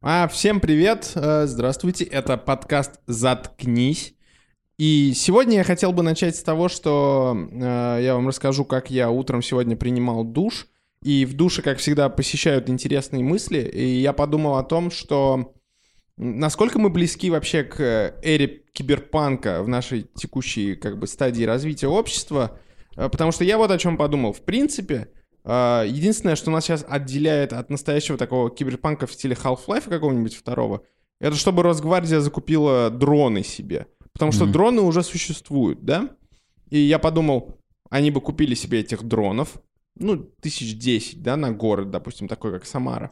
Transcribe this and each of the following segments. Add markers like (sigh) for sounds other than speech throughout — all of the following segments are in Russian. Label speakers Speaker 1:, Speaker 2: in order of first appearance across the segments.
Speaker 1: А, всем привет, э, здравствуйте, это подкаст «Заткнись». И сегодня я хотел бы начать с того, что э, я вам расскажу, как я утром сегодня принимал душ. И в душе, как всегда, посещают интересные мысли. И я подумал о том, что насколько мы близки вообще к эре киберпанка в нашей текущей как бы стадии развития общества. Э, Потому что я вот о чем подумал. В принципе, э, единственное, что нас сейчас отделяет от настоящего такого киберпанка в стиле Half-Life какого-нибудь второго, это чтобы Росгвардия закупила дроны себе. Потому что
Speaker 2: Мгм.
Speaker 1: дроны уже существуют, да? И я подумал, они бы купили себе этих дронов, ну, тысяч десять, да, на город, допустим, такой, как Самара.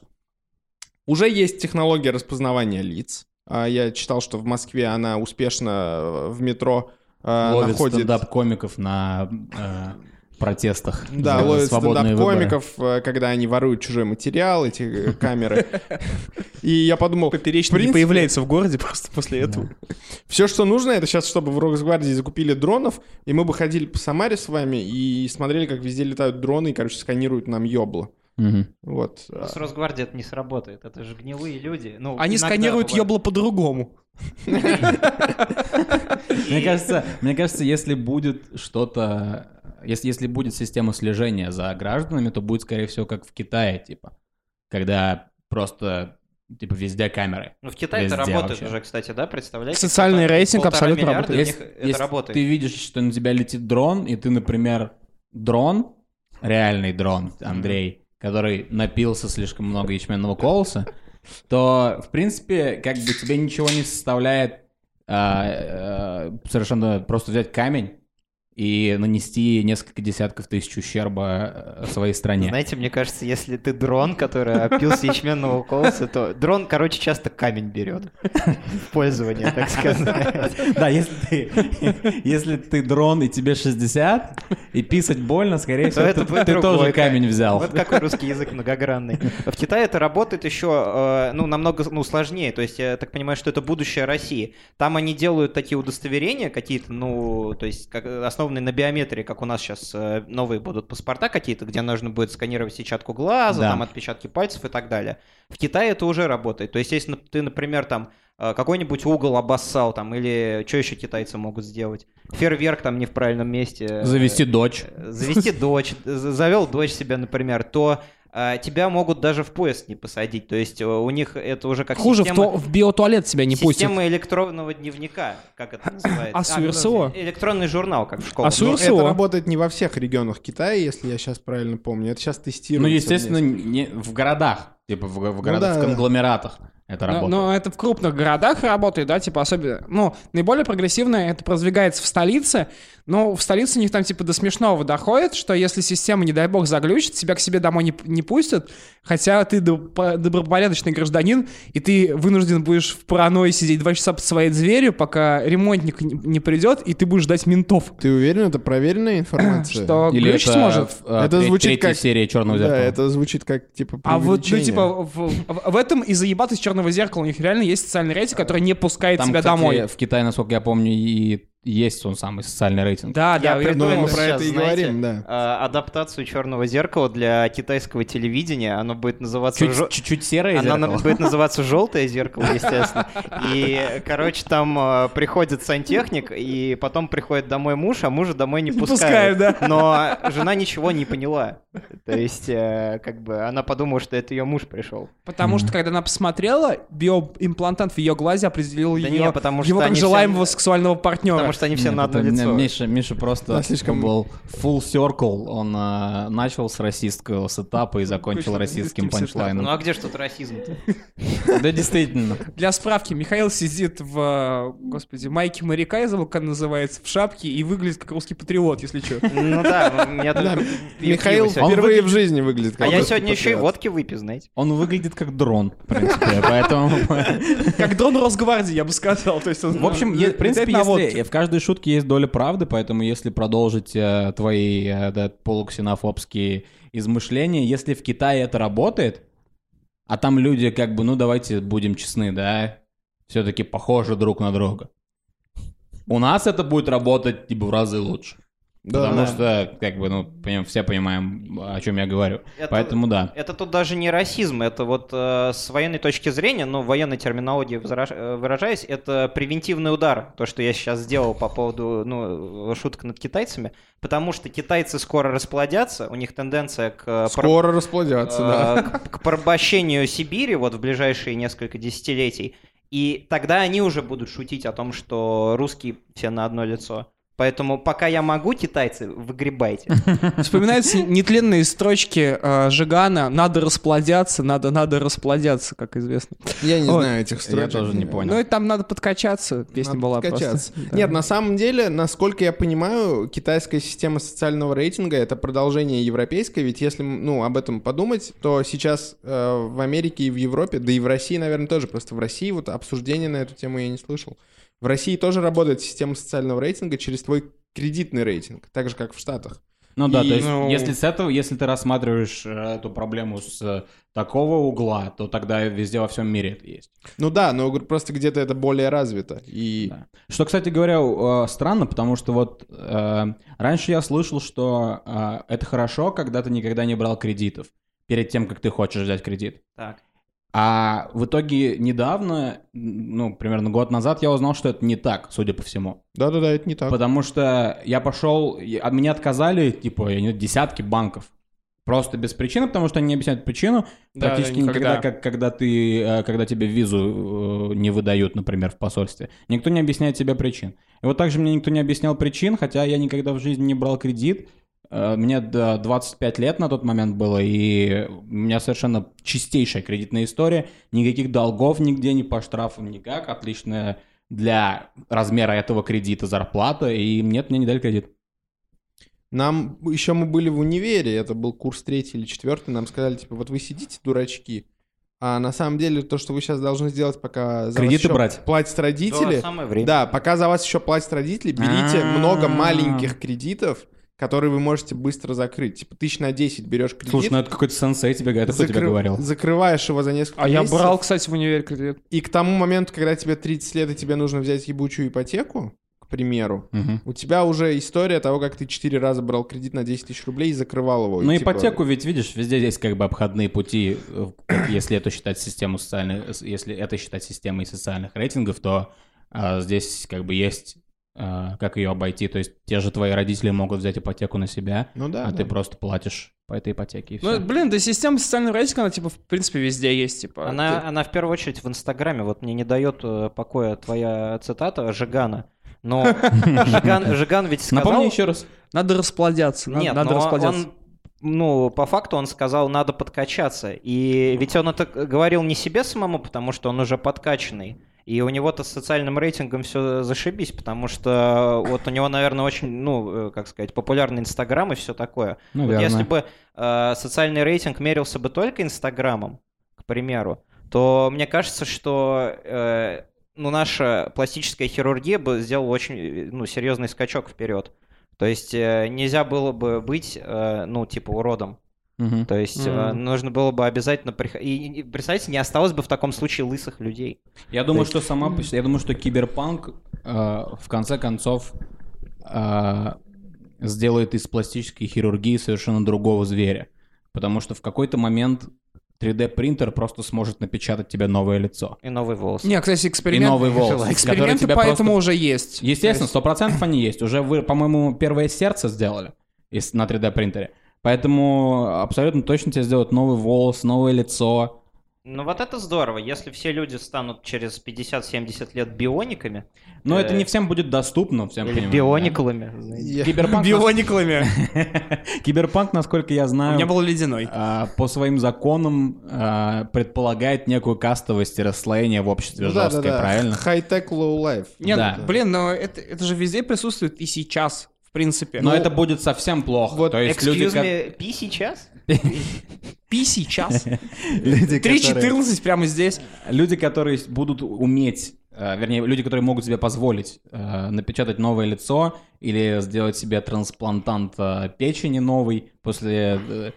Speaker 1: Уже есть технология распознавания лиц. А, Я читал, что в Москве она успешно э, в метро э,
Speaker 2: Ловит
Speaker 1: находит...
Speaker 2: стендап-комиков на э, протестах.
Speaker 1: Да,
Speaker 2: за
Speaker 1: ловят
Speaker 2: свободные выборы.
Speaker 1: стендап-комиков, э, когда они воруют чужой материал, эти э,
Speaker 2: (laughs)
Speaker 1: камеры. И я подумал,
Speaker 3: Поперечный
Speaker 1: В принципе-
Speaker 3: не появляется в городе (laughs) просто после этого.
Speaker 1: все, что нужно, это сейчас, чтобы в Росгвардии закупили дронов, и мы бы ходили по Самаре с вами и смотрели, как везде летают дроны и, короче, сканируют нам ёбло.
Speaker 2: Мгм.
Speaker 1: Вот.
Speaker 4: Ну, С Росгвардией это не сработает, это же гнилые люди. Ну,
Speaker 3: Они
Speaker 4: иногда
Speaker 3: сканируют
Speaker 4: бывает.
Speaker 3: ебло по-другому.
Speaker 2: Мне кажется, мне кажется, если будет что-то, если если будет система слежения за гражданами, то будет скорее всего как в Китае, типа, когда просто типа везде камеры.
Speaker 4: Ну, в Китае это
Speaker 2: Везде
Speaker 4: работает
Speaker 2: вообще.
Speaker 4: уже, кстати, да, представляете?
Speaker 3: Социальный
Speaker 4: Полтора-
Speaker 3: рейтинг
Speaker 4: полтора
Speaker 3: абсолютно
Speaker 4: миллиарда
Speaker 3: работает.
Speaker 4: у них это
Speaker 2: если
Speaker 4: работает.
Speaker 2: ты видишь, что на тебя летит дрон, и ты, например, дрон, реальный дрон, Андрей, который напился слишком много ячменного колоса, то, в принципе, как бы тебе ничего не составляет а, э, совершенно просто взять камень и нанести несколько десятков тысяч ущерба э, своей стране.
Speaker 4: Знаете, мне кажется, если ты дрон, который опился ячменного колоса, то дрон, короче, часто камень берет в пользование, так сказать.
Speaker 2: (laughs) Да, если ты, (laughs) если ты дрон и тебе 60, и писать больно, скорее
Speaker 4: То (laughs)
Speaker 2: всего,
Speaker 4: это
Speaker 2: ты,
Speaker 4: будет
Speaker 2: ты
Speaker 4: другой
Speaker 2: тоже камень взял.
Speaker 4: Вот какой русский язык многогранный. В Китае это работает еще, э, ну, намного ну, сложнее. То есть, я так понимаю, что это будущее России. Там они делают такие удостоверения какие-то, ну, то есть, как, э, основанные на биометрии, как у нас сейчас новые будут паспорта какие-то, где нужно будет сканировать сетчатку глаза,
Speaker 2: Да.
Speaker 4: там отпечатки пальцев и так далее. В Китае это уже работает. То есть, если нап- ты, например, там э, какой-нибудь угол обоссал там, или что еще китайцы могут сделать? Фейерверк там не в правильном месте.
Speaker 2: Завести дочь.
Speaker 4: Э, завести дочь, з- завел дочь себе, например, то э, тебя могут даже в поезд не посадить. То есть э, у них это уже как
Speaker 3: Хуже, в
Speaker 4: система,
Speaker 3: то- в биотуалет себя не пустят.
Speaker 4: система электронного дневника, как это называется.
Speaker 3: А СУРСО?
Speaker 4: Электронный журнал, как в школе. Ну,
Speaker 3: А
Speaker 1: Но
Speaker 3: СУРСО?
Speaker 1: Ну, это работает не во всех регионах Китая, если я сейчас правильно помню. Это сейчас
Speaker 2: Ну,
Speaker 1: тестируется.
Speaker 2: естественно,
Speaker 1: вместе.
Speaker 2: не- в городах, типа в, го- в городах,
Speaker 1: Ну да,
Speaker 2: в
Speaker 1: да.
Speaker 2: конгломератах это
Speaker 3: Но,
Speaker 2: работает.
Speaker 3: но это в крупных городах работает, да, типа особенно... Ну, наиболее прогрессивно это продвигается в столице, но в столице у них там типа до смешного доходит, что если система, не дай бог, заглючит, тебя к себе домой не, п- не пустят, хотя ты добро- добропорядочный гражданин, и ты вынужден будешь в паранойи сидеть два часа под своей дверью, пока ремонтник не- не придет, и ты будешь ждать ментов.
Speaker 1: Ты уверен, это проверенная информация?
Speaker 3: Что глючить
Speaker 2: это,
Speaker 3: может.
Speaker 2: в, э,
Speaker 1: Это
Speaker 2: тре-
Speaker 1: звучит
Speaker 2: третья
Speaker 1: как-
Speaker 2: серия черного
Speaker 1: Да,
Speaker 2: зеркала.
Speaker 1: это звучит как, типа,
Speaker 3: А вот, ну,
Speaker 1: преувеличение.
Speaker 3: типа, в, в- в этом и заебат из черного зеркала. У них реально есть социальный рейтинг, который не пускает
Speaker 2: Там,
Speaker 3: тебя
Speaker 2: кстати,
Speaker 3: домой.
Speaker 2: в Китае, насколько я помню, и есть он самый социальный рейтинг.
Speaker 3: Да,
Speaker 4: Я
Speaker 3: да, я
Speaker 1: Ну,
Speaker 4: придумал
Speaker 1: мы
Speaker 3: думаю.
Speaker 1: про
Speaker 4: сейчас,
Speaker 1: это и
Speaker 4: знаете,
Speaker 1: говорим, да.
Speaker 4: э, адаптацию черного зеркала для китайского телевидения. Оно будет называться
Speaker 2: Чуть-
Speaker 4: жё-
Speaker 2: Чуть-чуть серое
Speaker 4: Она
Speaker 2: зеркало.
Speaker 4: будет называться «Желтое зеркало», естественно. И, короче, там э, приходит сантехник, и потом приходит домой муж, а мужа домой не
Speaker 3: Не
Speaker 4: пускают.
Speaker 3: пускают, да.
Speaker 4: Но жена ничего не поняла. То есть, э, как бы, она подумала, что это ее муж пришел.
Speaker 3: Потому что,
Speaker 2: Мгм.
Speaker 3: когда она посмотрела, биоимплантант в ее глазе определил
Speaker 4: Да
Speaker 3: ее,
Speaker 4: не, потому что
Speaker 3: его как
Speaker 4: они все-
Speaker 3: желаемого сексуального партнера.
Speaker 4: Потому что они все
Speaker 2: Нет,
Speaker 4: на одно
Speaker 2: это-
Speaker 4: лицо.
Speaker 2: Миша, Миша просто
Speaker 1: Да, слишком-
Speaker 2: был full circle. Он э, начал с российского сетапа и закончил
Speaker 3: Кончил
Speaker 2: российским
Speaker 3: российским сетапом.
Speaker 2: панчлайном.
Speaker 4: Ну а где ж тут расизм-то?
Speaker 1: а
Speaker 2: Да, действительно.
Speaker 3: Для справки, Михаил сидит в, э, господи, майке моряка, я забыл, как она называется, в шапке и выглядит как русский патриот, если что.
Speaker 4: Ну да, у меня
Speaker 1: Да,
Speaker 4: только пиво
Speaker 1: Михаил
Speaker 4: сегодня.
Speaker 1: впервые в жизни выглядит как
Speaker 4: А я
Speaker 1: русский
Speaker 4: сегодня еще и
Speaker 1: патриот.
Speaker 4: водки выпью, знаете.
Speaker 2: Он выглядит как дрон, в принципе, поэтому...
Speaker 1: (laughs)
Speaker 3: Как дрон Росгвардии, я бы сказал. То есть он,
Speaker 2: В общем,
Speaker 3: э,
Speaker 2: е- Ну, в
Speaker 3: летает
Speaker 2: принципе,
Speaker 3: на водке.
Speaker 2: если в каждой шутке есть доля правды, поэтому если продолжить э, твои э, да, полуксенофобские измышления, если в Китае это работает, а там люди как бы, ну давайте будем честны, да, все-таки похожи друг на друга. У нас это будет работать типа в разы лучше.
Speaker 1: Да,
Speaker 2: потому
Speaker 1: да.
Speaker 2: что, как бы, ну, поним- все понимаем, о чем я говорю.
Speaker 4: Это-
Speaker 2: Поэтому да.
Speaker 4: Это тут даже не расизм, это вот э, с военной точки зрения, ну, в военной терминологии возра- э, выражаясь, это превентивный удар, то, что я сейчас сделал по поводу, ну, шуток над китайцами, потому что китайцы скоро расплодятся, у них тенденция к... э, пор-
Speaker 1: Скоро расплодятся, да.
Speaker 4: э, к, к порабощению Сибири вот в ближайшие несколько десятилетий. И тогда они уже будут шутить о том, что русские все на одно лицо. Поэтому пока я могу, китайцы, выгребайте.
Speaker 3: Вспоминаются нетленные строчки э, Жигана «надо расплодяться, надо, надо расплодяться», как известно.
Speaker 1: Я не
Speaker 3: Ой,
Speaker 1: знаю этих строчек.
Speaker 2: тоже не понял.
Speaker 3: Ну и там «надо подкачаться» песня
Speaker 1: Надо
Speaker 3: была
Speaker 1: подкачаться.
Speaker 3: просто. (laughs) Да.
Speaker 1: Нет, на самом деле, насколько я понимаю, китайская система социального рейтинга это продолжение европейской, ведь если ну об этом подумать, то сейчас э, в Америке и в Европе, да и в России, наверное, тоже просто в России вот обсуждения на эту тему я не слышал. В России тоже работает система социального рейтинга через твой кредитный рейтинг, так же как в Штатах.
Speaker 2: Ну да,
Speaker 1: И-
Speaker 2: то есть,
Speaker 1: ну-
Speaker 2: если с этого, если ты рассматриваешь э, эту проблему с э, такого угла, то тогда везде во всем мире это есть.
Speaker 1: Ну да, но говорю, просто где-то это более развито. И
Speaker 2: Да. Что, кстати говоря, у- э, странно, потому что вот э, раньше я слышал, что э, это хорошо, когда ты никогда не брал кредитов перед тем, как ты хочешь взять кредит.
Speaker 4: Так.
Speaker 2: А в итоге недавно, м, ну, примерно год назад, я узнал, что это не так, судя по всему.
Speaker 1: да-да-да, это не так.
Speaker 2: Потому что я пошел, и от меня отказали, типа, я не знаю, десятки банков. Просто без причины, потому что они не объясняют причину.
Speaker 3: Да,
Speaker 2: практически
Speaker 3: да,
Speaker 2: никогда,
Speaker 3: никогда.
Speaker 2: как когда ты, э, когда тебе визу э, не выдают, например, в посольстве. Никто не объясняет тебе причин. И вот также мне никто не объяснял причин, хотя я никогда в жизни не брал кредит. Э, Мне да, 25 лет на тот момент было, и у меня совершенно чистейшая кредитная история. Никаких долгов нигде, ни по штрафам, никак. Отличная для размера этого кредита зарплата, и нет, мне не дали кредит.
Speaker 1: Нам еще мы были в универе, это был курс третий или четвертый, нам сказали, типа, вот вы сидите, дурачки, а на самом деле то, что вы сейчас должны сделать, пока за вас
Speaker 2: Кредиты
Speaker 1: еще
Speaker 2: брать.
Speaker 1: платят родители,
Speaker 4: Да, самое время.
Speaker 1: да, пока за вас еще платят родители, берите
Speaker 2: А-а-а.
Speaker 1: много маленьких кредитов, которые вы можете быстро закрыть. Типа, тысяч на 10 берешь кредит,
Speaker 2: Слушай, ну это какой-то сенсей тебе, это кто тебе
Speaker 1: закры-
Speaker 2: говорил?
Speaker 1: закрываешь его за несколько
Speaker 3: А я
Speaker 1: месяцев,
Speaker 3: брал, кстати, в универ кредит.
Speaker 1: и к тому моменту, когда тебе 30 лет и тебе нужно взять ебучую ипотеку, к примеру,
Speaker 2: Мгм.
Speaker 1: у тебя уже история того, как ты четыре раза брал кредит на 10 тысяч рублей и закрывал его.
Speaker 2: Ну
Speaker 1: И, типа,
Speaker 2: ипотеку ведь, видишь, везде есть как бы обходные пути, э, как если это считать систему социальных, э, с- если это считать системой социальных рейтингов, то а, здесь как бы есть а, как ее обойти, то есть те же твои родители могут взять ипотеку на себя,
Speaker 1: Ну да.
Speaker 2: а
Speaker 1: да.
Speaker 2: ты просто платишь по этой ипотеке и
Speaker 3: Ну,
Speaker 2: всё.
Speaker 3: блин, да система социального рейтинга, она, типа, в принципе, везде есть, типа.
Speaker 4: Она, она в первую очередь в Инстаграме. Вот мне не дает э, покоя твоя цитата Жигана. Но Жиган, Жиган ведь сказал...
Speaker 2: Напомни еще раз.
Speaker 3: Ты- Надо расплодяться, надо,
Speaker 4: Нет,
Speaker 3: надо
Speaker 4: но
Speaker 3: расплодяться.
Speaker 4: он, ну, по факту он сказал, надо подкачаться. И ведь он это говорил не себе самому, потому что он уже подкачанный. И у него-то с социальным рейтингом все зашибись, потому что вот у него, наверное, очень, ну, э, как сказать, популярный Инстаграм и все такое.
Speaker 2: Ну,
Speaker 4: Вот если
Speaker 2: верно.
Speaker 4: бы э, социальный рейтинг мерился бы только Инстаграмом, к примеру, то мне кажется, что э, ну, наша пластическая хирургия бы сделала очень э, ну, серьезный скачок вперед. То есть э, нельзя было бы быть, э, ну, типа, уродом.
Speaker 2: Мгм.
Speaker 4: То есть э,
Speaker 3: Мгм.
Speaker 4: нужно было бы обязательно приходить. И, и, представьте, не осталось бы в таком случае лысых людей.
Speaker 2: Я думаю, что сама, по себе- я думаю, что киберпанк э, в конце концов э, сделает из пластической хирургии совершенно другого зверя, потому что в какой-то момент 3D принтер просто сможет напечатать тебе новое лицо.
Speaker 4: И новый волос.
Speaker 3: Не, кстати, эксперимент...
Speaker 2: И новый волос, который
Speaker 3: Эксперименты
Speaker 2: тебя
Speaker 3: поэтому
Speaker 2: просто-
Speaker 3: уже есть.
Speaker 2: Естественно, сто процентов они есть. Уже вы, по-моему, первое сердце сделали из- на 3D принтере, поэтому абсолютно точно тебе сделают новый волос, новое лицо.
Speaker 4: Ну вот это здорово. Если все люди станут через 50-70 лет биониками
Speaker 2: Но
Speaker 4: Э,
Speaker 2: это не всем будет доступно, всем
Speaker 4: или
Speaker 2: понимаем, да.
Speaker 4: бионикулами. знаете.
Speaker 1: Я-
Speaker 2: Киберпанк,
Speaker 3: (laughs)
Speaker 2: нас-
Speaker 3: Биониклами.
Speaker 2: (laughs) Киберпанк, насколько я
Speaker 3: У
Speaker 2: знаю,
Speaker 3: меня был ледяной.
Speaker 2: а, по своим законам а, предполагает некую кастость и расслоение в обществе
Speaker 1: Ну да, да,
Speaker 2: жесткое,
Speaker 1: да.
Speaker 2: правильно?
Speaker 1: Хай-тек, лоу-лайф.
Speaker 3: Нет,
Speaker 2: Да.
Speaker 3: ну, блин, но это, это же везде присутствует и сейчас, в принципе.
Speaker 2: Но
Speaker 3: Ну,
Speaker 2: это будет совсем плохо.
Speaker 1: вот
Speaker 2: То есть люди,
Speaker 4: Excuse
Speaker 2: ко-
Speaker 4: me, пи сейчас?
Speaker 3: пи сейчас.
Speaker 2: (laughs) люди, которые,
Speaker 3: 3.14 прямо здесь.
Speaker 2: люди, которые будут уметь, а, вернее, люди, которые могут себе позволить а, напечатать новое лицо или сделать себе трансплантант а, печени новый после э,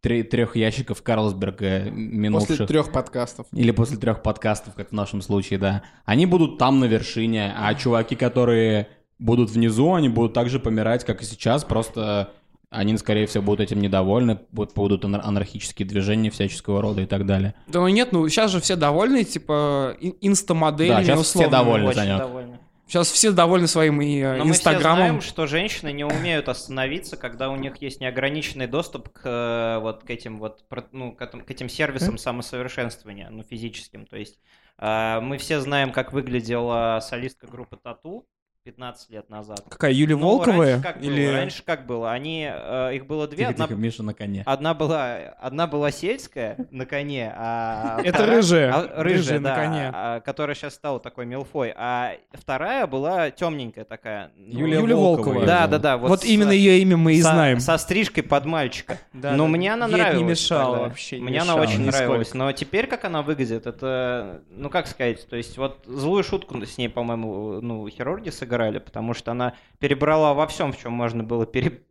Speaker 2: тре- трех ящиков Карлсберга минувших.
Speaker 1: После трех подкастов.
Speaker 2: Или после трех подкастов, как в нашем случае, да. Они будут там на вершине, а чуваки, которые будут внизу, они будут так же помирать, как и сейчас, просто они, скорее всего, будут этим недовольны, будут, будут ана- анархические движения всякого рода и так далее.
Speaker 3: Да ну нет, ну сейчас же все довольны, типа, ин- инстамоделями
Speaker 2: Да, щас все
Speaker 3: условными.
Speaker 2: довольны. Довольно
Speaker 4: Очень
Speaker 2: занят.
Speaker 4: довольны.
Speaker 3: Сейчас все довольны своим и э,
Speaker 4: Но мы все
Speaker 3: инстаграмом.
Speaker 4: знаем, что женщины не умеют остановиться, когда у них есть неограниченный доступ к э, вот к этим вот про- ну, к, этим, к этим сервисам самосовершенствования, ну физическим. То есть э, мы все знаем, как выглядела солистка группы Тату 15 лет назад.
Speaker 3: Какая, Юлия
Speaker 4: Ну,
Speaker 3: Волковая?
Speaker 4: раньше как
Speaker 3: Или...
Speaker 4: было? Раньше как было? Они э, их было две, одна,
Speaker 2: Тихо-тихо, Миша на коне.
Speaker 4: одна была одна была сельская на коне, а
Speaker 3: Это
Speaker 4: вторая-
Speaker 3: рыжая.
Speaker 4: а, рыжая,
Speaker 3: на
Speaker 4: да,
Speaker 3: коне.
Speaker 4: а, которая сейчас стала такой мелфой, а вторая была темненькая такая. ну,
Speaker 2: Юлия,
Speaker 3: Юлия
Speaker 2: Волкова.
Speaker 3: Волкова.
Speaker 2: её
Speaker 4: Да,
Speaker 2: зовут.
Speaker 4: да, да.
Speaker 3: Вот,
Speaker 4: с-
Speaker 3: именно ее имя мы и
Speaker 4: со-
Speaker 3: знаем.
Speaker 4: Со стрижкой под мальчика.
Speaker 3: Да,
Speaker 4: но
Speaker 3: да,
Speaker 4: ну, мне она
Speaker 3: ей это
Speaker 4: нравилась.
Speaker 3: не мешало
Speaker 4: тогда.
Speaker 3: вообще. не
Speaker 4: Мне она
Speaker 3: мешало
Speaker 4: очень
Speaker 3: нисколько.
Speaker 4: нравилась. Но теперь, как она выглядит, это, ну как сказать, то есть вот злую шутку с ней, по-моему, ну, хирурги сыграли, потому что она перебрала во всем, в чем можно было пере-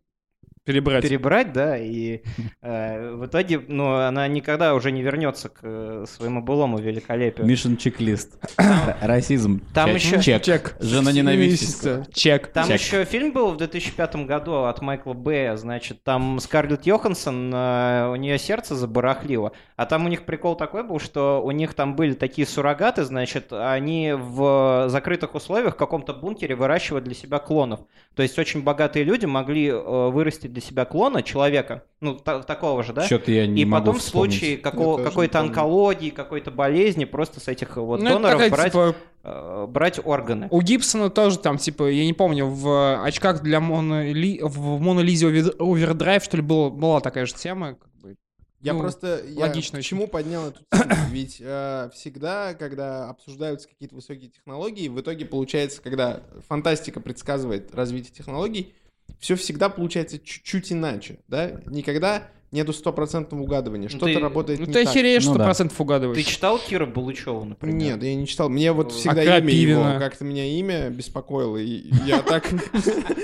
Speaker 3: Перебрать.
Speaker 4: перебрать, да, и э, в итоге, ну, она никогда уже не вернется к э, своему былому великолепию.
Speaker 2: Мишин чек-лист. (laughs) Расизм.
Speaker 4: Там
Speaker 2: Чек.
Speaker 4: еще-
Speaker 2: Чек. Жена ненавистница.
Speaker 1: Месяца.
Speaker 3: Чек.
Speaker 4: Там
Speaker 2: Всяк.
Speaker 4: еще фильм был в 2005 году от Майкла Бэя, значит, там Скарлетт Йоханссон, э, у нее сердце забарахлило, а там у них прикол такой был, что у них там были такие суррогаты, значит, они в закрытых условиях в каком-то бункере выращивают для себя клонов. То есть очень богатые люди могли э, вырастить для себя клона человека, ну, та- такого же, да?
Speaker 2: Что-то я не
Speaker 4: И
Speaker 2: могу
Speaker 4: потом в
Speaker 2: вспомнить.
Speaker 4: случае
Speaker 1: Я
Speaker 4: какого,
Speaker 1: тоже
Speaker 4: какой-то
Speaker 1: не помню.
Speaker 4: онкологии, какой-то болезни просто с этих вот
Speaker 3: Ну, это
Speaker 4: доноров
Speaker 3: такая,
Speaker 4: брать,
Speaker 3: типа,
Speaker 4: э, брать органы.
Speaker 3: у Гибсона тоже там, типа, я не помню, в очках для Моно Ли- в Моно Лизе овер- Овердрайв, что ли, было- была такая же тема. как бы.
Speaker 1: Я
Speaker 3: Ну,
Speaker 1: просто... я
Speaker 3: логично.
Speaker 1: Почему поднял эту тему? (clears throat) Ведь э, всегда, когда обсуждаются какие-то высокие технологии, в итоге получается, когда фантастика предсказывает развитие технологий, все всегда получается чуть-чуть иначе, да? Никогда нету стопроцентного угадывания. Что-то
Speaker 4: ты-
Speaker 1: работает
Speaker 3: Ну,
Speaker 1: не
Speaker 3: ты
Speaker 1: так.
Speaker 3: охереешь,
Speaker 2: Ну
Speaker 3: сто
Speaker 2: да.
Speaker 3: процентов
Speaker 4: Ты
Speaker 3: угадываешь.
Speaker 4: читал Кира Булычева, например?
Speaker 1: Нет, я не читал. Мне вот
Speaker 4: А
Speaker 1: всегда имя
Speaker 3: Крапивина?
Speaker 1: его, как-то меня имя беспокоило, и я так... (laughs)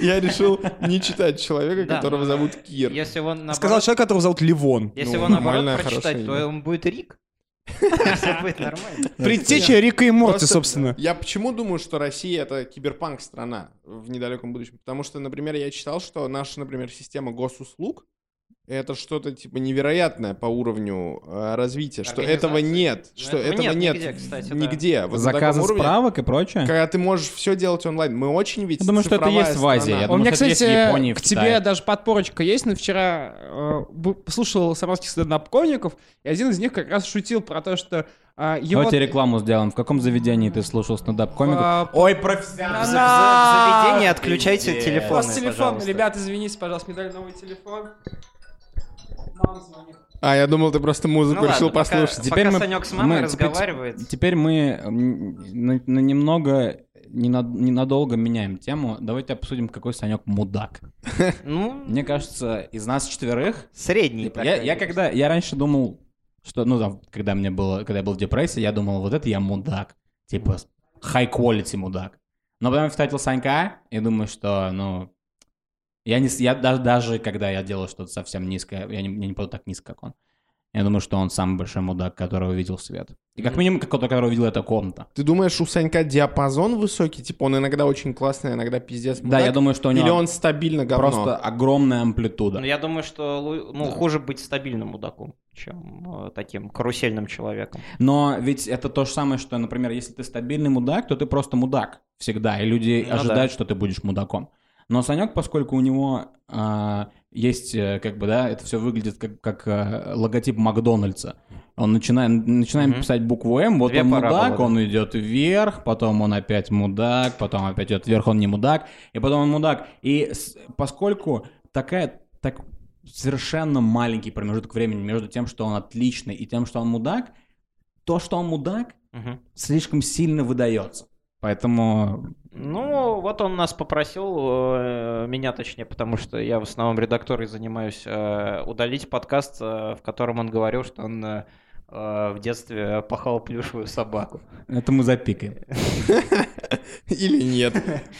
Speaker 1: Я решил не читать человека,
Speaker 4: Да.
Speaker 1: которого зовут Кир.
Speaker 4: Если он наоборот,
Speaker 3: Сказал человек, которого зовут Ливон.
Speaker 4: если
Speaker 1: ну,
Speaker 4: его наоборот
Speaker 1: нормальное,
Speaker 4: прочитать,
Speaker 1: хорошее
Speaker 4: то
Speaker 1: имя.
Speaker 4: он будет Рик. Все будет нормально.
Speaker 3: Предтеча Рика и Морти,
Speaker 1: Просто-
Speaker 3: собственно.
Speaker 1: Я почему думаю, что Россия это киберпанк страна в недалеком будущем? Потому что, например, я читал, что наша, например, система госуслуг это что-то типа невероятное по уровню э, развития, что этого
Speaker 4: Организации.
Speaker 1: нет,
Speaker 4: Ну,
Speaker 1: что
Speaker 4: этого
Speaker 1: этого
Speaker 4: нет
Speaker 1: нет
Speaker 4: нигде, кстати, да.
Speaker 1: нигде. Вот на
Speaker 2: Заказы
Speaker 1: таком уровне,
Speaker 2: справок и прочее.
Speaker 1: Когда ты можешь все делать онлайн, мы очень ведь
Speaker 2: Я думаю, что это
Speaker 1: цифровая
Speaker 2: есть в Азии.
Speaker 1: страна.
Speaker 2: Я
Speaker 3: А У
Speaker 2: думаю,
Speaker 3: меня,
Speaker 2: что это есть
Speaker 3: кстати,
Speaker 2: в Японии, в
Speaker 3: к тебе
Speaker 2: Китае.
Speaker 3: даже подпорочка есть, но вчера э, бу- послушал самарских стендапкомиков, и один из них как раз шутил про то, что э, его...
Speaker 2: Давайте рекламу сделаем. В каком заведении ты слушал стендап-комиков?
Speaker 3: а,
Speaker 2: Ой, профессионал.
Speaker 4: В за- в
Speaker 3: Она-
Speaker 4: заведении отключайте
Speaker 2: Пиздец.
Speaker 3: У
Speaker 4: телефоны,
Speaker 3: вас телефон,
Speaker 4: пожалуйста.
Speaker 3: ребят, извините, пожалуйста, мне дали новый телефон. Мама звонит.
Speaker 1: А я думал, ты просто
Speaker 4: Ну
Speaker 1: музыку
Speaker 4: ладно,
Speaker 1: решил
Speaker 4: пока-
Speaker 1: послушать.
Speaker 2: Теперь мы-
Speaker 4: Пока Санек с мамой
Speaker 2: мы- (laughs)
Speaker 4: разговаривает.
Speaker 2: Теперь мы м, на- на немного, ненад- ненадолго меняем тему. Давайте обсудим, какой Санек мудак.
Speaker 4: Ну,
Speaker 2: Мне кажется, из нас четверых
Speaker 4: средний.
Speaker 2: Типа, я,
Speaker 4: такой.
Speaker 2: я когда я раньше думал, что ну там, когда мне было, когда я был в депрессии, я думал, вот это я мудак, типа high quality мудак. Но потом я встретил Санька и думаю, что ну я не с- я даже даже когда я делал что-то совсем низкое, я не, я не буду так низко, как он. Я думаю, что он самый большой мудак, которого видел свет. И как минимум, какого-то, которого видела эта комната.
Speaker 1: Ты думаешь, у Санька диапазон высокий? Типа он иногда очень классный, иногда пиздец.
Speaker 2: Да, я
Speaker 1: мудак?
Speaker 2: думаю, что у него
Speaker 1: Или он стабильно говно?
Speaker 2: просто огромная амплитуда.
Speaker 4: Ну, я думаю, что лу- ну, хуже быть стабильным мудаком, чем э, таким карусельным человеком.
Speaker 2: Но ведь это то же самое, что, например, если ты стабильный мудак, то ты просто мудак всегда, и люди
Speaker 4: Ну
Speaker 2: ожидают, что ты будешь мудаком. Но Санек, поскольку у него а, есть, э, как бы, да, это все выглядит как, как, э, логотип Макдональдса. Он начинает, начинаем
Speaker 4: Мгм.
Speaker 2: писать букву М, вот
Speaker 4: Две
Speaker 2: он
Speaker 4: параболы,
Speaker 2: мудак,
Speaker 4: да.
Speaker 2: он идет вверх, потом он опять мудак, потом опять идет вверх, он не мудак, и потом он мудак. И с- поскольку такая, так, совершенно маленький промежуток времени между тем, что он отличный, и тем, что он мудак, то, что он мудак,
Speaker 4: Мгм.
Speaker 2: слишком сильно выдается. Поэтому
Speaker 4: Ну, вот он нас попросил, э, меня точнее, потому что я в основном редакторой занимаюсь, э, удалить подкаст, э, в котором он говорил, что он э, э, в детстве пахал плюшевую собаку.
Speaker 2: это мы запикаем.
Speaker 1: (laughs) Или нет?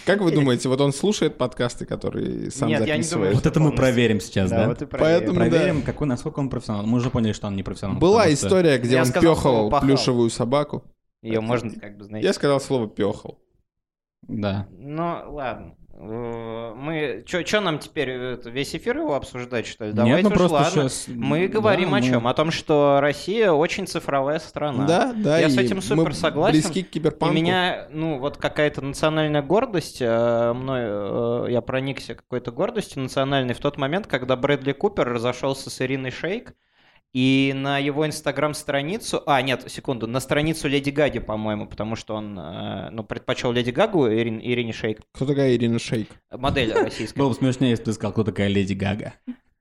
Speaker 1: Как
Speaker 4: (laughs)
Speaker 1: вы думаете, вот он слушает подкасты, которые сам
Speaker 4: Нет, я не
Speaker 1: записывает?
Speaker 4: думаю,
Speaker 2: Вот это мы
Speaker 4: полностью.
Speaker 2: проверим сейчас, да? Ну
Speaker 4: вот и проверим.
Speaker 1: Поэтому-
Speaker 2: Проверим, какой, насколько он профессионал. Мы уже поняли, что он не профессионал.
Speaker 1: Была
Speaker 2: потому что-
Speaker 1: история, где
Speaker 4: Я
Speaker 1: он
Speaker 4: сказал слово
Speaker 1: пехал
Speaker 4: «пахал».
Speaker 1: плюшевую собаку.
Speaker 4: Ее можно как бы, знаете...
Speaker 1: Я сказал слово пехал.
Speaker 2: Да.
Speaker 4: Ну, ладно. Э, Мы... Что нам теперь, э, это, весь эфир его обсуждать, что ли?
Speaker 2: Нет,
Speaker 4: Давайте
Speaker 2: ну
Speaker 4: уж,
Speaker 2: просто ну,
Speaker 4: ладно.
Speaker 2: сейчас...
Speaker 4: Мы говорим о чем? О том, что Россия очень цифровая страна.
Speaker 1: Да, да.
Speaker 4: Ну Я с
Speaker 1: и
Speaker 4: этим супер
Speaker 1: мы
Speaker 4: согласен.
Speaker 1: Близки к
Speaker 4: И
Speaker 1: киберпанку.
Speaker 4: меня, ну, вот какая-то национальная гордость, э, мной, э, я проникся какой-то гордостью национальной в тот момент, когда Брэдли Купер разошелся с Ириной Шейк, и на его инстаграм-страницу, а, нет, секунду, на страницу Леди Гаги, по-моему, потому что он, э, ну, предпочел Леди Гагу Ирин- Ирине Шейк,
Speaker 1: Кто такая Ирина Шейк?
Speaker 4: модель российская.
Speaker 2: Было бы смешнее, если бы ты сказал, кто такая Леди Гага.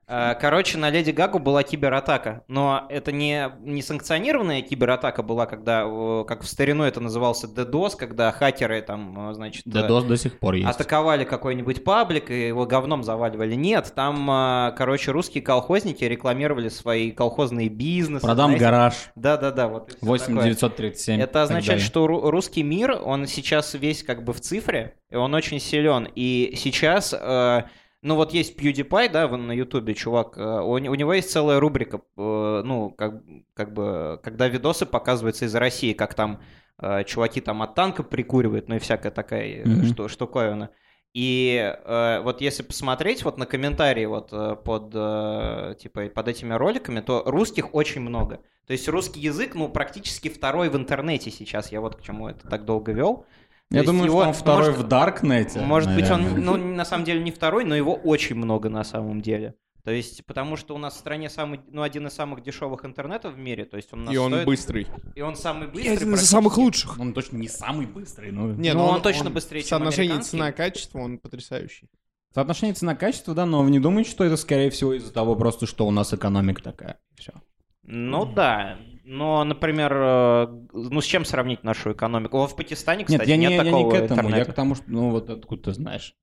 Speaker 4: А, Короче, на Леди Гагу была кибератака, но это не, не санкционированная кибератака была, когда, э, как в старину это назывался, DDoS, когда хакеры там, э, значит, э,
Speaker 2: Да, А до, до сих пор есть.
Speaker 4: атаковали какой-нибудь паблик и его говном заваливали. Нет, там, э, короче, русские колхозники рекламировали свои колхозные бизнесы.
Speaker 2: Продам
Speaker 4: знаете.
Speaker 2: гараж
Speaker 4: Да-да-да, вот. и всё такое.
Speaker 2: 8937.
Speaker 4: Это означает,
Speaker 2: что...
Speaker 4: что ру- русский мир, он сейчас весь как бы в цифре, и он очень силен. И сейчас, э, ну вот есть PewDiePie, да, вон на Ютубе, чувак, э, у, не- у него есть целая рубрика, э, ну, как, как бы, когда видосы показываются из России, как там э, чуваки там от танка прикуривают, ну и всякая такая
Speaker 2: Мгм.
Speaker 4: э, шту- штуковина. И э, вот если посмотреть вот на комментарии вот э, под э, типа под этими роликами, то русских очень много. То есть русский язык, ну практически второй в интернете сейчас. Я вот к чему это так долго вел.
Speaker 2: Я
Speaker 4: То есть
Speaker 2: думаю,
Speaker 4: его-
Speaker 2: что он второй
Speaker 4: может-
Speaker 2: в Даркнете.
Speaker 4: Может быть, он,
Speaker 2: наверное.
Speaker 4: ну, на самом деле не второй, но его очень много на самом деле. То есть, потому что у нас в стране самый, ну, один из самых дешевых интернетов в мире. То есть он у нас
Speaker 1: И он
Speaker 4: стоит-
Speaker 1: быстрый.
Speaker 4: и он самый быстрый.
Speaker 3: Я один из самых
Speaker 4: практически.
Speaker 3: лучших.
Speaker 2: Он точно не самый быстрый, но...
Speaker 1: Не,
Speaker 4: Ну,
Speaker 1: но
Speaker 4: он точно быстрее,
Speaker 1: В
Speaker 4: чем
Speaker 1: соотношении
Speaker 4: американский.
Speaker 1: цена-качество он
Speaker 4: (laughs)
Speaker 1: потрясающий.
Speaker 2: Соотношение цена-качество, да, но вы не думаете, что это, скорее всего, из-за того просто, что у нас экономика такая. Все.
Speaker 4: Ну да. Но, например, э, ну с чем сравнить нашу экономику? Во, В Пакистане, кстати,
Speaker 2: Нет, я не,
Speaker 4: нет
Speaker 2: я не
Speaker 4: такого
Speaker 2: к этому, я
Speaker 4: интернета.
Speaker 2: к тому, что, ну, вот откуда ты знаешь.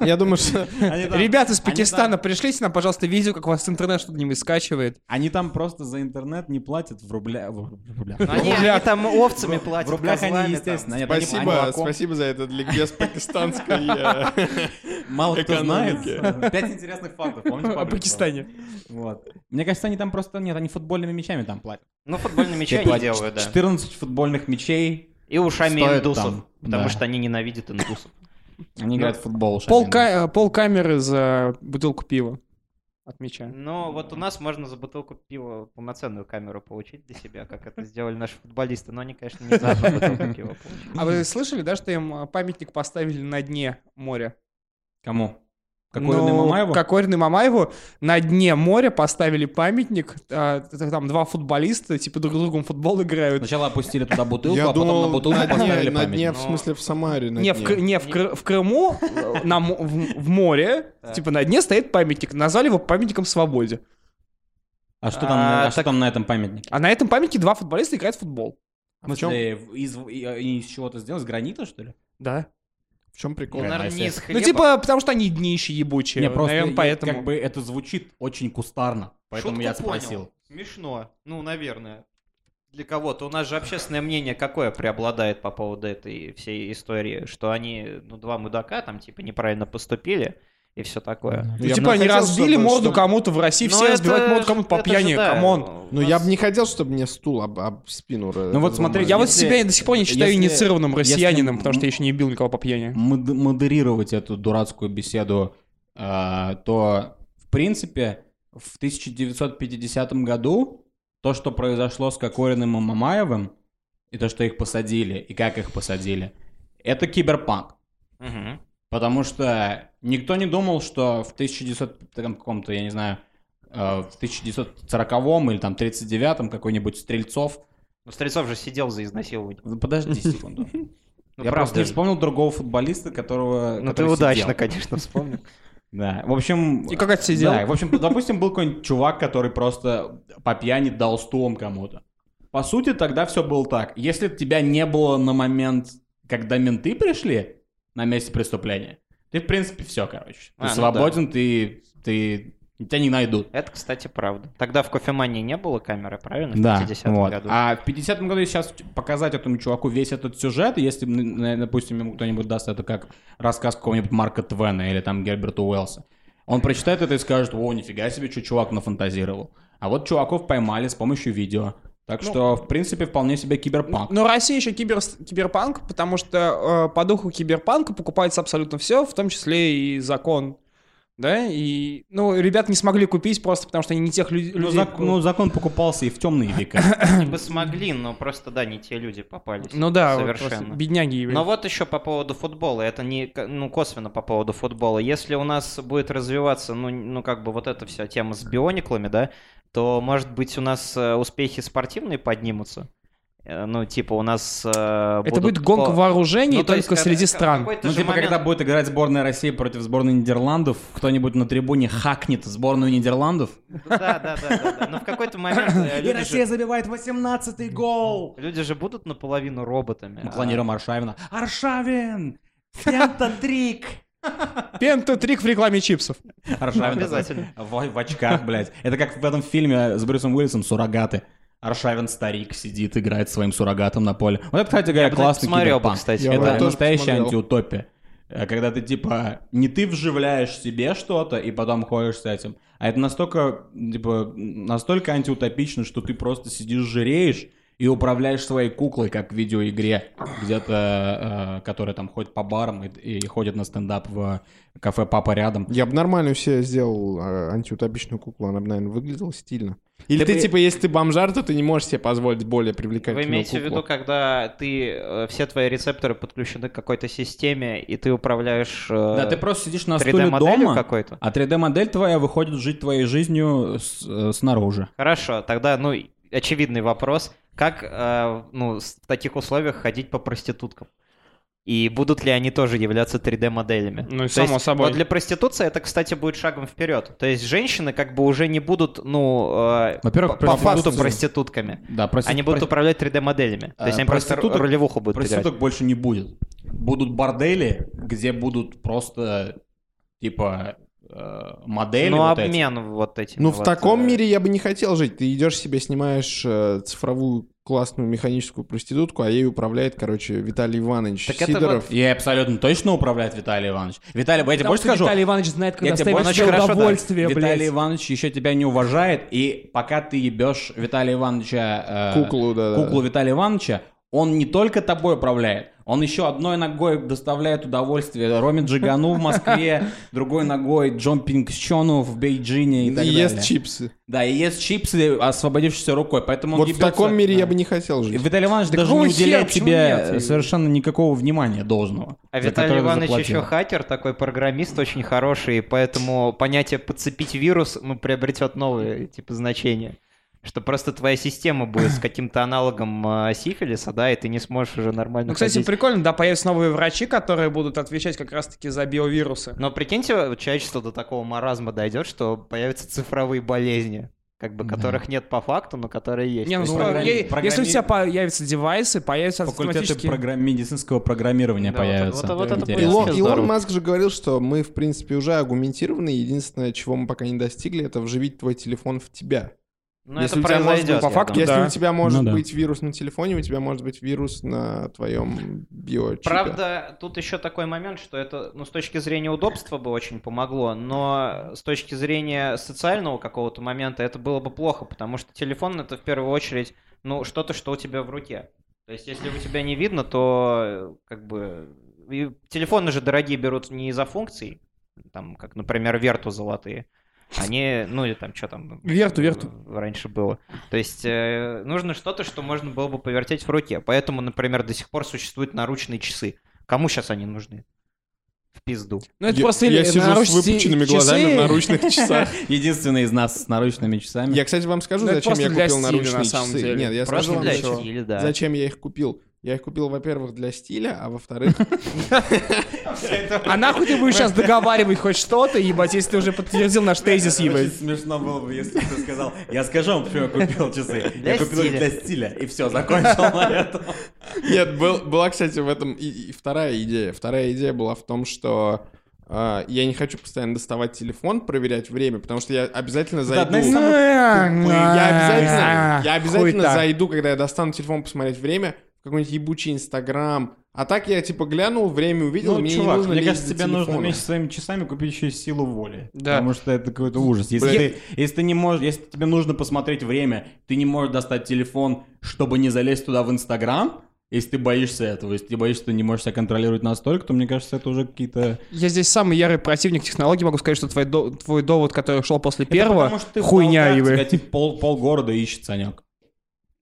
Speaker 1: Я думаю,
Speaker 4: (laughs)
Speaker 1: что...
Speaker 3: Ребята из
Speaker 2: Они там-
Speaker 3: Пакистана, пришлите нам, пожалуйста, видео, как у вас интернет что-нибудь скачивает.
Speaker 2: Они там просто за интернет не платят в рубля... В рублях.
Speaker 4: Ну, Они,
Speaker 3: В рублях-
Speaker 4: они там овцами платят.
Speaker 2: В рублях
Speaker 4: козлами
Speaker 2: они,
Speaker 4: там.
Speaker 2: естественно. нет, они- они
Speaker 1: Спасибо,
Speaker 2: молоком.
Speaker 1: спасибо за этот ликбез
Speaker 4: (laughs)
Speaker 1: пакистанской. э,
Speaker 2: Мало кто знает.
Speaker 1: экономики.
Speaker 2: Пять интересных фактов. (laughs) помните,
Speaker 3: О
Speaker 2: Паблик
Speaker 3: Пакистане.
Speaker 2: был? Вот. Мне кажется, они там просто... Нет, они футбольными мячами там платят.
Speaker 4: Ну, футбольные мячи
Speaker 2: Типа,
Speaker 4: они
Speaker 2: ч-
Speaker 4: делают, да.
Speaker 2: 14 футбольных мячей.
Speaker 4: И ушами
Speaker 2: стоят
Speaker 4: индусов.
Speaker 2: там,
Speaker 4: потому
Speaker 2: да.
Speaker 4: что они ненавидят индусов.
Speaker 2: Они играют в футбол.
Speaker 3: Пол,
Speaker 2: шарим.
Speaker 3: ка- э, пол камеры за бутылку пива. Отмечаю.
Speaker 4: Но вот у нас можно за бутылку пива полноценную камеру получить для себя, как это сделали наши футболисты. Но они, конечно, не за одну бутылку пива получили.
Speaker 3: А вы слышали, да, что им э, памятник поставили на дне моря?
Speaker 2: Кому? Какой
Speaker 3: Ну,
Speaker 2: Родный Мамаеву?
Speaker 3: как Орину и Мамаеву на дне моря поставили памятник. а, т- Там два футболиста, типа друг с другом в футбол играют.
Speaker 2: Сначала опустили туда бутылку,
Speaker 1: Я
Speaker 2: а потом на
Speaker 1: думал,
Speaker 2: бутылку
Speaker 1: на
Speaker 2: поставили Ну,
Speaker 1: дне, на
Speaker 2: памятник.
Speaker 1: дне, в
Speaker 4: Но-
Speaker 1: смысле, в Самаре на
Speaker 3: Не, в,
Speaker 1: дне.
Speaker 3: Кры- не в, Кры- в Крыму, э, на, мо- в, в море,
Speaker 4: Так.
Speaker 3: типа на дне стоит памятник. Назвали его памятником свободе.
Speaker 2: А что там,
Speaker 4: А,
Speaker 2: на- а что
Speaker 4: так-
Speaker 2: там на этом памятнике?
Speaker 3: А на этом памятнике два футболиста играют в футбол.
Speaker 2: В
Speaker 1: А в чём-
Speaker 2: смысле, в- из, и- из чего-то сделано? Из гранита, что ли?
Speaker 3: Да.
Speaker 1: В чем прикол?
Speaker 4: Ну, наверное, не из
Speaker 3: Ну,
Speaker 4: хлеба.
Speaker 3: типа, потому что они днище ебучие.
Speaker 2: Не, просто
Speaker 3: наверное,
Speaker 2: я-
Speaker 3: поэтому.
Speaker 2: как бы это звучит очень кустарно, поэтому
Speaker 4: Шутку
Speaker 2: я
Speaker 4: понял.
Speaker 2: спросил.
Speaker 4: Смешно. Ну, наверное. Для кого-то. У нас же общественное мнение какое преобладает по поводу этой всей истории, что они, ну, два мудака там, типа, неправильно поступили и все такое.
Speaker 2: Да.
Speaker 1: Ну,
Speaker 3: Ну,
Speaker 1: я бы
Speaker 3: типа, они
Speaker 1: хотел,
Speaker 3: разбили
Speaker 1: чтобы-
Speaker 3: морду
Speaker 1: чтобы-
Speaker 3: кому-то в России,
Speaker 4: Но
Speaker 3: все
Speaker 4: Ну, это
Speaker 3: разбивают морду
Speaker 4: ж-
Speaker 3: кому-то по
Speaker 4: это же
Speaker 3: пьяни.
Speaker 4: да,
Speaker 3: Камон.
Speaker 4: у
Speaker 1: Ну, я
Speaker 4: нас-
Speaker 1: бы не хотел, чтобы мне стул об, об спину
Speaker 2: Ну вот смотри,
Speaker 3: Я вот
Speaker 2: Если-
Speaker 3: себя до сих пор не считаю
Speaker 2: если-
Speaker 3: инициированным
Speaker 2: если-
Speaker 3: россиянином, потому что я еще не бил никого по пьяни.
Speaker 2: мод- модерировать эту дурацкую беседу, а, то, в принципе, в 1950 году то, что произошло с Кокориным и Мамаевым, и то, что их посадили, и как их посадили, это киберпанк.
Speaker 4: Мгм.
Speaker 2: Потому что никто не думал, что в 1900 там каком-то, я не знаю, э, в 1940 или там 39 какой-нибудь Стрельцов...
Speaker 4: Ну, Стрельцов же сидел за изнасилование. (laughs)
Speaker 2: Подожди секунду.
Speaker 4: Ну,
Speaker 2: я просто
Speaker 4: правда
Speaker 2: не
Speaker 4: же.
Speaker 2: вспомнил другого футболиста, которого...
Speaker 4: Ну, ты
Speaker 2: который сидел.
Speaker 4: удачно, конечно, вспомнил.
Speaker 2: Да, в общем...
Speaker 3: И как это сидел?
Speaker 2: Да, в общем, допустим, был какой-нибудь чувак, который просто по пьяни дал стулом кому-то. По сути, тогда все было так. Если б тебя не было на момент, когда менты пришли на месте преступления, ты, в принципе, все, короче. Ты
Speaker 4: А, ну
Speaker 2: свободен, ты, ты... Тебя не найдут.
Speaker 4: (laughs) Это, кстати, правда. Тогда в кофемании не было камеры, правильно? В 50-м
Speaker 2: вот.
Speaker 4: году.
Speaker 2: А в 50-м году сейчас показать этому чуваку весь этот сюжет, если, м, на- допустим, ему кто-нибудь даст это как рассказ какого-нибудь Марка Твена или там Герберта Уэллса, он прочитает это и скажет, о, нифига себе, что чувак нафантазировал. А вот чуваков поймали с помощью видео. Так
Speaker 3: Ну-
Speaker 2: что, в принципе, вполне себе киберпанк.
Speaker 3: Но Россия еще кибер, киберпанк, потому что э, по духу киберпанка покупается абсолютно все, в том числе и закон. Да, и, ну, ребят не смогли купить просто потому, что они не тех лю-
Speaker 2: Ну,
Speaker 3: людей...
Speaker 2: зак- ну, закон покупался и в темные (coughs) века.
Speaker 4: Они бы смогли, но просто, да, не те люди
Speaker 3: (clears throat)
Speaker 4: попались.
Speaker 3: Ну да, вот просто
Speaker 4: совершенно.
Speaker 3: бедняги евреи.
Speaker 4: Но вот еще по поводу футбола, это не к- ну, косвенно по поводу футбола. Если у нас будет развиваться, ну, ну как бы вот эта вся тема с биониклами, да, то, может быть, у нас э, успехи спортивные поднимутся. Э, Ну, типа, у нас...
Speaker 3: Это будет гонка вооружений
Speaker 4: Ну, то есть,
Speaker 3: только
Speaker 4: когда-
Speaker 3: среди
Speaker 4: как-
Speaker 3: стран.
Speaker 4: какой-то
Speaker 2: Ну,
Speaker 4: же
Speaker 2: типа,
Speaker 4: момент-
Speaker 2: когда будет играть сборная России против сборной Нидерландов, кто-нибудь на трибуне хакнет сборную Нидерландов.
Speaker 4: Да, да, да, да, да. Но в какой-то момент
Speaker 3: (laughs)
Speaker 4: э, люди же-
Speaker 2: забивает 18-й гол!
Speaker 4: люди же будут наполовину роботами.
Speaker 2: Мы
Speaker 4: а-
Speaker 2: планируем Аршавина.
Speaker 4: (laughs)
Speaker 2: Аршавин! Пентатрик!
Speaker 3: Пентатрик в рекламе чипсов.
Speaker 2: Аршавин.
Speaker 4: ну, Обязательно.
Speaker 2: В, в очках, блядь. Это как в этом фильме э, с Брюсом Уиллисом «Суррогаты». Аршавин старик сидит, играет своим суррогатом на поле. Вот это, кстати говоря,
Speaker 4: бы, кстати,
Speaker 2: классный
Speaker 4: посмотрел бы,
Speaker 2: киберпанк.
Speaker 4: кстати.
Speaker 1: Я бы
Speaker 2: Это
Speaker 1: тоже
Speaker 2: настоящая
Speaker 1: посмотрел.
Speaker 2: антиутопия. Э, Когда ты, типа, не ты вживляешь себе что-то и потом ходишь с этим, а это настолько, типа, настолько антиутопично, что ты просто сидишь, жиреешь и управляешь своей куклой, как в видеоигре, где-то, э, которая там ходит по барам и, и ходит на стендап в кафе «Папа рядом».
Speaker 1: Я бы нормально все сделал э, антиутопичную куклу, она бы, наверное, выглядела стильно. Или ты,
Speaker 2: бы-
Speaker 1: типа, если ты бомжар, то ты не можешь себе позволить более
Speaker 4: Вы
Speaker 1: привлекательную
Speaker 4: имеете в виду,
Speaker 1: куклу.
Speaker 4: когда ты э, все твои рецепторы подключены к какой-то системе, и ты управляешь э,
Speaker 2: Да, ты просто сидишь на стуле
Speaker 4: 3D-моделью
Speaker 2: дома,
Speaker 4: какой-то?
Speaker 2: а 3D-модель твоя выходит жить твоей жизнью с- э, снаружи.
Speaker 4: Хорошо, тогда, ну, и очевидный вопрос. Как, э, ну, с- в таких условиях ходить по проституткам? И будут ли они тоже являться 3D-моделями?
Speaker 3: Ну,
Speaker 4: То
Speaker 3: само
Speaker 4: есть,
Speaker 3: собой.
Speaker 4: Вот для проституции это, кстати, будет шагом вперед. То есть женщины как бы уже не будут, ну, э,
Speaker 2: Во-первых,
Speaker 4: по по факту
Speaker 2: проститутки-
Speaker 4: проститутками.
Speaker 2: Да, прости-
Speaker 4: Они будут
Speaker 2: прости-
Speaker 4: управлять 3D-моделями. То
Speaker 2: Э,
Speaker 4: есть они просто ру-
Speaker 2: проституток-
Speaker 4: рулевуху будут играть.
Speaker 2: Проституток больше не будет. Будут бордели, где будут просто, типа, э, модели
Speaker 4: Ну,
Speaker 2: вот эти.
Speaker 4: обмен вот этим.
Speaker 1: Ну, в
Speaker 4: вот,
Speaker 1: таком
Speaker 4: э,
Speaker 1: мире я бы не хотел жить. Ты идешь себе, снимаешь э, цифровую классную механическую проститутку, а ей управляет, короче, Виталий Иванович
Speaker 4: Так это
Speaker 1: Сидоров.
Speaker 2: И абсолютно точно управляет Виталий Иванович. Виталий, я тебе больше скажу,
Speaker 3: Виталий Иванович знает,
Speaker 2: Я
Speaker 3: когда
Speaker 2: тебе больше
Speaker 3: ставить себе
Speaker 4: хорошо, да.
Speaker 3: удовольствие,
Speaker 2: Виталий
Speaker 3: блядь.
Speaker 2: Иванович еще тебя не уважает, и пока ты ебешь Виталия Ивановича... э,
Speaker 1: Куклу, да.
Speaker 2: куклу Виталия Ивановича, он не только тобой управляет, он еще одной ногой доставляет удовольствие Роме Джигану в Москве, другой ногой Джомпинг Счону в Бейджине и
Speaker 1: И
Speaker 2: так
Speaker 1: ест
Speaker 2: далее.
Speaker 1: чипсы.
Speaker 2: Да, и ест чипсы, освободившейся рукой, поэтому он
Speaker 1: Вот в
Speaker 2: ебется-
Speaker 1: таком мире я
Speaker 2: Да.
Speaker 1: бы не хотел
Speaker 2: И
Speaker 1: жить.
Speaker 2: Виталий Иванович даже не
Speaker 3: какого хера?
Speaker 2: уделяет
Speaker 3: Почему
Speaker 2: тебе
Speaker 3: нет?
Speaker 2: совершенно никакого внимания должного.
Speaker 4: А
Speaker 2: за
Speaker 4: Виталий
Speaker 2: которое ты
Speaker 4: Иванович
Speaker 2: заплатил.
Speaker 4: еще хакер, такой программист очень хороший, и поэтому понятие «подцепить вирус» ну, приобретет новые типа значения. Что просто твоя система будет с каким-то аналогом э, сифилиса, да, и ты не сможешь уже нормально
Speaker 3: Ну, кстати,
Speaker 4: ходить.
Speaker 3: прикольно, да, появятся новые врачи, которые будут отвечать как раз-таки за биовирусы.
Speaker 4: Но прикиньте, человечество до такого маразма дойдет, что появятся цифровые болезни, как бы
Speaker 2: Да.
Speaker 4: которых нет по факту, но которые есть.
Speaker 3: Не, ну,
Speaker 4: То есть
Speaker 3: справ-
Speaker 2: программи-
Speaker 3: е- если у
Speaker 2: программи-
Speaker 3: тебя появятся девайсы, появятся
Speaker 2: Факультеты
Speaker 3: автоматически...
Speaker 2: программ- медицинского программирования
Speaker 4: Да, вот это-
Speaker 2: появятся.
Speaker 4: вот это будет
Speaker 2: Интересно.
Speaker 4: Илон-
Speaker 1: Илон,
Speaker 4: Илон здорово.
Speaker 1: Маск же говорил, что мы, в принципе, уже аргументированы. Единственное, чего мы пока не достигли, это вживить твой телефон в тебя.
Speaker 4: Ну,
Speaker 1: Если
Speaker 4: это
Speaker 1: у тебя мозг был
Speaker 4: произойдет.
Speaker 3: по
Speaker 4: я
Speaker 3: факту,
Speaker 4: думаю.
Speaker 1: Если
Speaker 3: да.
Speaker 1: у тебя может
Speaker 2: Ну да.
Speaker 1: быть вирус на телефоне, у тебя может быть вирус на твоем биочипе.
Speaker 4: Правда, тут еще такой момент, что это, ну, с точки зрения удобства бы очень помогло, но с точки зрения социального какого-то момента это было бы плохо, потому что телефон это в первую очередь, ну, что-то, что у тебя в руке. То есть, если у тебя не видно, то э, как бы и телефоны же дорогие берут не из-за функций, там, как, например, верту золотые. Они, ну или там, что там.
Speaker 3: Верту, верту.
Speaker 4: э, Раньше было. То есть э, нужно что-то, что можно было бы повертеть в руке. Поэтому, например, до сих пор существуют наручные часы. Кому сейчас они нужны? В пизду.
Speaker 3: Ну, это
Speaker 1: я,
Speaker 3: просто
Speaker 1: я
Speaker 3: или
Speaker 1: сижу с
Speaker 3: наручные
Speaker 1: выпученными
Speaker 3: часы,
Speaker 1: глазами в наручных
Speaker 3: (laughs)
Speaker 1: часах.
Speaker 2: Единственный из нас с наручными часами.
Speaker 1: Я, кстати, вам скажу,
Speaker 3: Ну, это
Speaker 1: зачем я
Speaker 3: просто для
Speaker 1: купил
Speaker 3: стиля,
Speaker 1: наручные
Speaker 3: на самом
Speaker 1: часы.
Speaker 3: деле.
Speaker 1: Нет, я
Speaker 4: Просто
Speaker 1: скажу вам,
Speaker 4: для
Speaker 1: что-
Speaker 4: стиля, да.
Speaker 1: зачем я их купил. Я их купил, во-первых, для стиля, а во-вторых,
Speaker 3: А нахуй ты будешь сейчас договаривать хоть что-то, ебать, если ты уже подтвердил наш тезис,
Speaker 2: Очень
Speaker 3: ебать.
Speaker 2: смешно было бы, если бы ты сказал, я скажу вам, почему я купил часы.
Speaker 4: (laughs) Для
Speaker 2: Я купил их
Speaker 4: стиля.
Speaker 2: для стиля. И все, закончил на этом.
Speaker 1: Нет, был- была, кстати, в этом и, и вторая идея. Вторая идея была в том, что а, я не хочу постоянно доставать телефон, проверять время, потому что я обязательно зайду.
Speaker 2: одна из
Speaker 1: Ну,
Speaker 2: самых
Speaker 1: Я обязательно, я
Speaker 3: Хуй
Speaker 1: обязательно
Speaker 3: так.
Speaker 1: зайду, когда я достану телефон, посмотреть время. в какой-нибудь ебучий Инстаграм. А так я, типа, глянул, время увидел,
Speaker 2: Ну,
Speaker 1: мне не
Speaker 2: чувак,
Speaker 1: нужно
Speaker 2: мне
Speaker 1: лезть
Speaker 2: кажется,
Speaker 1: за
Speaker 2: тебе нужно
Speaker 1: телефоном.
Speaker 2: вместе с своими часами купить еще и силу воли.
Speaker 3: Да.
Speaker 2: Потому что это какой-то ужас. Если
Speaker 1: Блин.
Speaker 2: ты, если ты не можешь, если тебе нужно посмотреть время, ты не можешь достать телефон, чтобы не залезть туда в Инстаграм, если ты боишься этого, если ты боишься, что не можешь себя контролировать настолько, то мне кажется, это уже какие-то...
Speaker 3: Я здесь самый ярый противник технологий, могу сказать, что твой, до- твой довод, который шел после
Speaker 2: Это потому
Speaker 3: первого,
Speaker 2: что ты в
Speaker 3: хуйня
Speaker 2: долгах,
Speaker 3: его.
Speaker 2: тебя, типа, пол, полгорода ищет, Санек.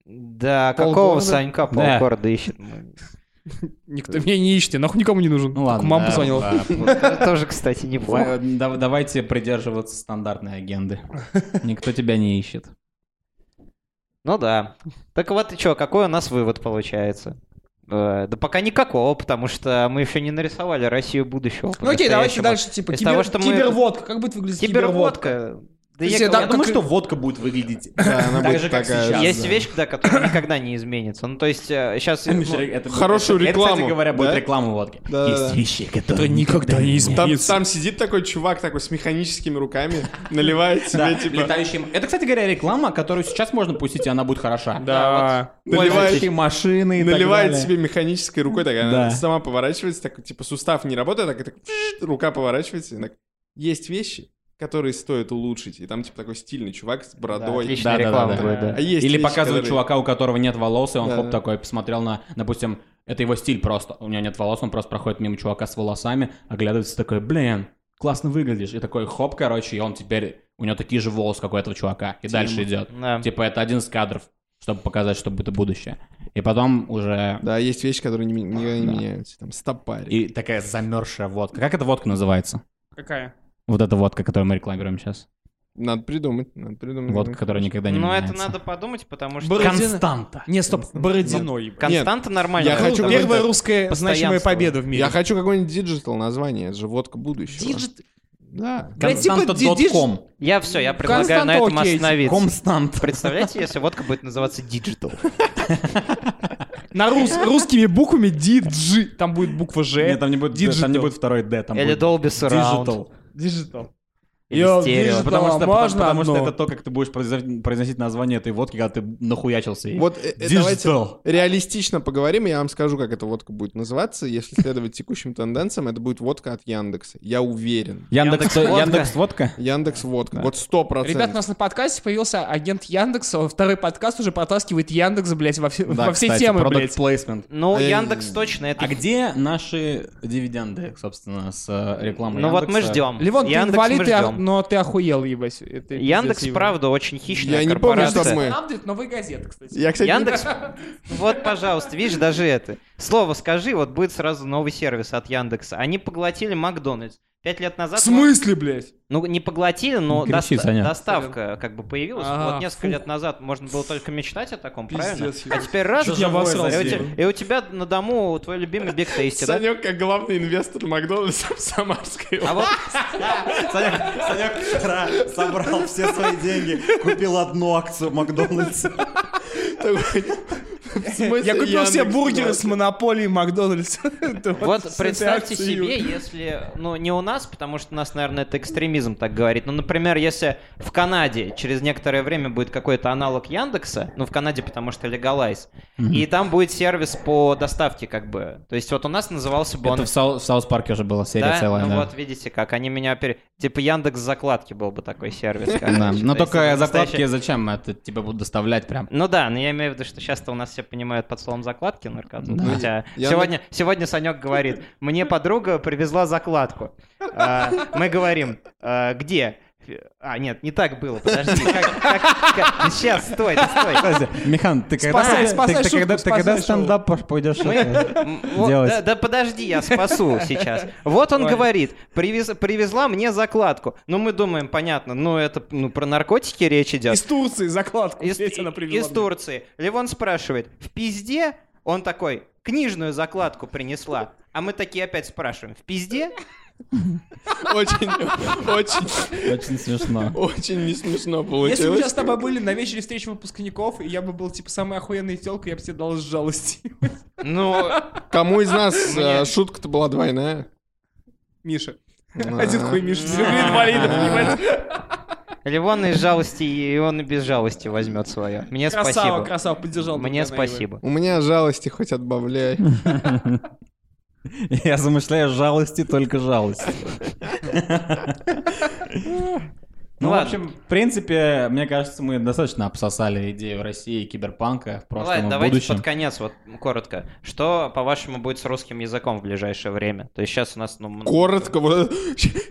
Speaker 4: Да,
Speaker 1: Полгорода?
Speaker 4: какого
Speaker 2: Да.
Speaker 4: Санька полгорода ищет? Мы-
Speaker 3: Никто меня не ищет, я нахуй никому не нужен.
Speaker 2: Ну ладно.
Speaker 3: Мама
Speaker 2: да,
Speaker 3: позвонила.
Speaker 2: да.
Speaker 4: Вот, Тоже,
Speaker 1: (laughs)
Speaker 4: кстати, неплохо.
Speaker 2: Ва- да- Давайте придерживаться стандартной агенды. Никто тебя не ищет.
Speaker 4: Ну да. Так вот и что, какой у нас вывод получается? Э, Да пока никакого, потому что мы еще не нарисовали Россию будущего.
Speaker 3: Ну окей, давайте
Speaker 4: по-настоящему.
Speaker 3: дальше, типа,
Speaker 4: Из
Speaker 3: кибер-
Speaker 4: того, что мы-
Speaker 3: киберводка. Как будет выглядеть киберводка?
Speaker 4: Киберводка. Да
Speaker 3: Если
Speaker 4: я
Speaker 3: да,
Speaker 2: Я
Speaker 4: говорю,
Speaker 2: думаю,
Speaker 3: как-
Speaker 2: что водка будет выглядеть
Speaker 1: Да, она
Speaker 2: так
Speaker 1: будет
Speaker 2: же, как
Speaker 1: такая
Speaker 2: сейчас.
Speaker 1: же,
Speaker 4: Есть
Speaker 1: да.
Speaker 4: вещь, да, которая никогда не изменится. Ну, то есть, сейчас...
Speaker 2: Миш, это будет-
Speaker 1: э, ну, хорошую
Speaker 2: это- Это,
Speaker 1: рекламу,
Speaker 2: кстати говоря, будет
Speaker 1: да?
Speaker 2: реклама водки.
Speaker 1: Да, да,
Speaker 2: Есть
Speaker 1: да.
Speaker 2: вещи, которые никогда не изменятся.
Speaker 1: Там, там сидит такой чувак такой с механическими руками, наливает (laughs)
Speaker 2: Да,
Speaker 1: себе, типа,
Speaker 2: летающие м- Это, кстати говоря, реклама, которую сейчас можно пустить, и она будет хороша.
Speaker 3: Да.
Speaker 1: наливает,
Speaker 2: Пользующие машины и так
Speaker 1: наливает
Speaker 2: далее.
Speaker 1: себе механической рукой, так она
Speaker 2: Да.
Speaker 1: сама поворачивается, так, типа, сустав не работает, так, и так пшшт, рука поворачивается, и так. Есть вещи, которые стоит улучшить, и там, типа, такой стильный чувак с бородой.
Speaker 4: отлично.
Speaker 2: Да, да,
Speaker 4: реклама
Speaker 2: да, да.
Speaker 4: будет, да.
Speaker 1: А есть
Speaker 2: Или
Speaker 1: вещи,
Speaker 2: показывают
Speaker 1: которые-
Speaker 2: чувака, у которого нет волос, и он
Speaker 1: Да,
Speaker 2: хоп
Speaker 1: да.
Speaker 2: такой посмотрел на, допустим, это его стиль просто. У него нет волос, он просто проходит мимо чувака с волосами, оглядывается такой, блин, классно выглядишь. И такой хоп, короче, и он теперь, у него такие же волосы, как у этого чувака. И дальше идет.
Speaker 4: Да.
Speaker 2: Типа это один из кадров, чтобы показать, что это будущее. И потом уже...
Speaker 1: Да, есть вещи, которые не ми- никогда не
Speaker 2: Да.
Speaker 1: меняются. Там стопарь.
Speaker 2: И такая замерзшая водка. Как эта водка называется?
Speaker 3: Какая?
Speaker 2: Вот эта водка, которую мы рекламируем сейчас.
Speaker 1: Надо придумать, надо придумать.
Speaker 2: Водка, которая никогда не
Speaker 4: Ну, это
Speaker 2: меняется.
Speaker 4: надо подумать, потому что...
Speaker 3: Бородина.
Speaker 2: Константа.
Speaker 3: Не, стоп, Бородиной. блядь.
Speaker 4: Константа нормально.
Speaker 1: я
Speaker 4: Ну,
Speaker 1: хочу
Speaker 4: там
Speaker 1: говорить-
Speaker 3: Первая
Speaker 1: это
Speaker 3: русская значимая
Speaker 4: постоянство.
Speaker 3: победа в мире.
Speaker 1: Я хочу какой-нибудь диджитал название, это же водка будущего. Да.
Speaker 3: Блядь, типа
Speaker 2: Константа.ком.
Speaker 4: Я все, я предлагаю
Speaker 3: Константа
Speaker 4: на этом
Speaker 3: окей,
Speaker 4: остановиться.
Speaker 2: Констант.
Speaker 4: Представляете, если водка будет называться Digital?
Speaker 3: На рус- русскими буквами диджи. Там будет буква
Speaker 2: Нет,
Speaker 3: Ж.
Speaker 2: там не будет,
Speaker 3: Digital.
Speaker 2: там не будет второй D, там
Speaker 4: Или
Speaker 2: будет
Speaker 4: Dolby Surround?
Speaker 2: Digital.
Speaker 3: Диджитал.
Speaker 4: Или
Speaker 3: Yo,
Speaker 4: стерео.
Speaker 3: digital.
Speaker 2: Потому что,
Speaker 3: Можно
Speaker 2: потому, что
Speaker 3: одно?
Speaker 2: это то, как ты будешь произносить, произносить название этой водки, когда ты нахуячился. ей.
Speaker 1: Вот э, э, давайте
Speaker 2: Digital.
Speaker 1: реалистично поговорим, и я вам скажу, как эта водка будет называться.
Speaker 2: (laughs)
Speaker 1: Если следовать текущим тенденциям, это будет водка от Яндекса. Я уверен.
Speaker 2: Яндекс, э,
Speaker 4: Яндекс.Водка.
Speaker 2: Яндекс водка.
Speaker 1: Яндекс водка.
Speaker 2: Да.
Speaker 1: Вот сто процентов.
Speaker 3: Ребят, у нас на подкасте появился агент Яндекса. во Второй подкаст уже протаскивает Яндекс, блядь, во все, во все темы, блядь.
Speaker 2: плейсмент.
Speaker 4: Ну,
Speaker 1: А я-
Speaker 4: Яндекс точно это...
Speaker 2: А где наши дивиденды, собственно, с э, рекламы
Speaker 4: Ну вот мы
Speaker 2: Яндекса?
Speaker 4: ждем.
Speaker 3: Ливон, ты
Speaker 4: Яндекс
Speaker 3: инвалид,
Speaker 4: мы
Speaker 3: ты о-
Speaker 4: ждем.
Speaker 3: но ты охуел, ебать. Это пиздец,
Speaker 4: Яндекс,
Speaker 3: Иван.
Speaker 4: правда, очень хищная
Speaker 1: Я не помню,
Speaker 4: корпорация.
Speaker 1: чтобы мы-
Speaker 3: Апдейт новой газеты, кстати. (laughs)
Speaker 1: Я, кстати, не-
Speaker 4: Яндекс, вот, пожалуйста, видишь, даже это. Слово скажи, вот будет сразу новый сервис от Яндекса. Они поглотили Макдональдс. Пять лет
Speaker 3: В
Speaker 4: назад...
Speaker 3: смысле, блядь?
Speaker 4: Ну, не поглотили, но
Speaker 2: Не кричи,
Speaker 4: доста-
Speaker 2: Саня.
Speaker 4: доставка как бы появилась.
Speaker 3: Ага,
Speaker 4: вот несколько
Speaker 3: фух.
Speaker 4: лет назад можно было только мечтать о таком, правильно?
Speaker 3: Пиздец,
Speaker 4: А
Speaker 3: Иван.
Speaker 4: теперь раз...
Speaker 3: Чё-то я
Speaker 4: и
Speaker 3: обосрался,
Speaker 4: у тебя-
Speaker 3: Иван.
Speaker 4: И у тебя на дому твой любимый Биг Тейсти, да?
Speaker 1: Санек, как главный инвестор Макдональдса в Самарской
Speaker 4: А вот
Speaker 2: Санек, Санек вчера собрал все свои деньги, купил одну акцию Макдональдса.
Speaker 3: Я купил себе бургеры с монополией Макдональдс. (laughs) Это
Speaker 4: Вот
Speaker 3: с этой
Speaker 4: представьте
Speaker 3: акцией.
Speaker 4: себе, если, ну, не у нас, потому что у нас, наверное, это экстремизм так говорит. Ну, например, если в Канаде через некоторое время будет какой-то аналог Яндекса, ну, в Канаде, потому что легалайз, и там будет сервис по доставке, как бы. То есть вот у нас назывался бы он...
Speaker 2: Это в Сау- в Саус Парке уже была серия
Speaker 4: Да,
Speaker 2: целая.
Speaker 4: ну
Speaker 2: да.
Speaker 4: вот видите, как они меня пере... Типа Яндекс закладки был бы такой сервис.
Speaker 2: Да,
Speaker 4: короче.
Speaker 2: но
Speaker 4: То есть
Speaker 2: только
Speaker 4: это
Speaker 2: закладки
Speaker 4: настоящий-
Speaker 2: зачем? Это тебя будут доставлять прям.
Speaker 4: Ну да, но я имею в виду, что сейчас-то у нас все понимают под словом закладки наркоту.
Speaker 2: Да.
Speaker 4: Хотя
Speaker 1: Я-
Speaker 4: сегодня, сегодня Санек говорит, мне подруга привезла закладку. А, мы говорим, «А, где? А, нет, не так было, подожди. Сейчас, стой, ты стой.
Speaker 2: Михан, ты когда,
Speaker 3: Спасай-
Speaker 2: ты-
Speaker 3: спасай
Speaker 2: ты
Speaker 3: шутку,
Speaker 2: когда, ты
Speaker 3: спасай
Speaker 2: когда
Speaker 3: шоу.
Speaker 2: стендап пош- пойдешь?
Speaker 4: (laughs)
Speaker 2: это?
Speaker 4: М, вот,
Speaker 2: Делать.
Speaker 4: да, да подожди, я спасу сейчас. Вот он
Speaker 3: Ой.
Speaker 4: говорит, «Привез- привезла мне закладку. Ну мы думаем, понятно, ну это ну, про наркотики речь идет.
Speaker 3: Из Турции закладку.
Speaker 4: Из,
Speaker 3: блядь, она привезла
Speaker 4: из
Speaker 3: мне.
Speaker 4: Турции. Левон спрашивает, в пизде? Он такой, книжную закладку принесла. А мы такие опять спрашиваем, в пизде?
Speaker 1: Очень, очень,
Speaker 2: Очень смешно.
Speaker 1: очень не смешно получилось.
Speaker 3: Если бы сейчас с тобой были на вечере встречи выпускников, и я бы был, типа, самой охуенной телкой, я бы тебе дал с жалости.
Speaker 4: Ну,
Speaker 1: Кому из нас
Speaker 4: Мне-
Speaker 1: э, шутка-то была двойная?
Speaker 3: (laughs) Миша.
Speaker 1: А.
Speaker 3: Один хуй Миша, Серега инвалидов, понимаешь?
Speaker 4: Ливон из жалости, и он и без жалости возьмет свое. Мне
Speaker 3: красава,
Speaker 4: спасибо.
Speaker 3: красава, поддержал.
Speaker 4: Мне
Speaker 3: меня, Наивы.
Speaker 4: спасибо.
Speaker 1: У меня жалости хоть отбавляй.
Speaker 2: Я замышляю жалости, только
Speaker 4: (laughs)
Speaker 2: жалости. Ну, в
Speaker 4: Ладно.
Speaker 2: общем, в принципе, мне кажется, мы достаточно обсосали идею России и киберпанка в
Speaker 4: Ну
Speaker 2: прошлом
Speaker 4: Ладно,
Speaker 2: и в
Speaker 4: давайте
Speaker 2: будущем.
Speaker 4: под конец, вот коротко. Что, по-вашему, будет с русским языком в ближайшее время? То есть сейчас у нас... Ну, м-
Speaker 1: Коротко, вот,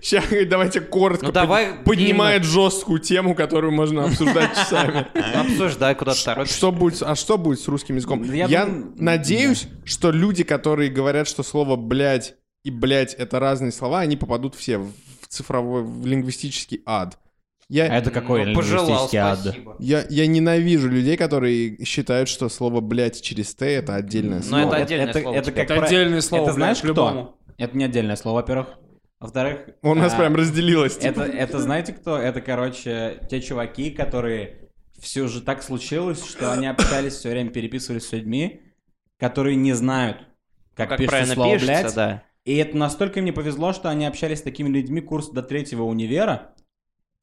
Speaker 1: ща, давайте коротко.
Speaker 4: Ну, давай
Speaker 1: под- Поднимает жесткую тему, которую можно обсуждать часами.
Speaker 4: обсуждай, куда ты торопишься.
Speaker 1: Что будет, с- а что будет с русским языком?
Speaker 4: Ну,
Speaker 2: Да
Speaker 1: Я,
Speaker 2: я думаю,
Speaker 1: надеюсь, что люди, которые говорят, что слово «блядь» и «блядь» — это разные слова, они попадут все в в цифровой, в лингвистический ад. Я,
Speaker 2: А Это какой
Speaker 4: Ну, пожелал,
Speaker 2: лингвистический ад?
Speaker 4: спасибо. Ну,
Speaker 1: я, я ненавижу людей, которые считают, что слово «блядь» через «т» — это отдельное
Speaker 4: Но
Speaker 1: слово.
Speaker 4: Ну, это отдельное
Speaker 2: это-
Speaker 4: слово
Speaker 2: это
Speaker 4: теперь.
Speaker 2: как
Speaker 3: Это
Speaker 2: про-
Speaker 3: отдельное слово.
Speaker 2: Это
Speaker 3: блядь,
Speaker 2: знаешь кто?
Speaker 3: по-любому.
Speaker 2: Это не отдельное слово, во-первых. Во-вторых...
Speaker 1: У нас
Speaker 2: а,
Speaker 1: прям разделилось. типа.
Speaker 2: Это, это знаете кто? Это, короче, те чуваки, которые все же так случилось, что они общались все время, переписывались с людьми, которые не знают, как,
Speaker 4: Ну, Как
Speaker 2: пишется
Speaker 4: правильно
Speaker 2: слово
Speaker 4: пишется,
Speaker 2: «блядь».
Speaker 4: да.
Speaker 2: И это настолько мне повезло, что они общались с такими людьми курс до третьего универа.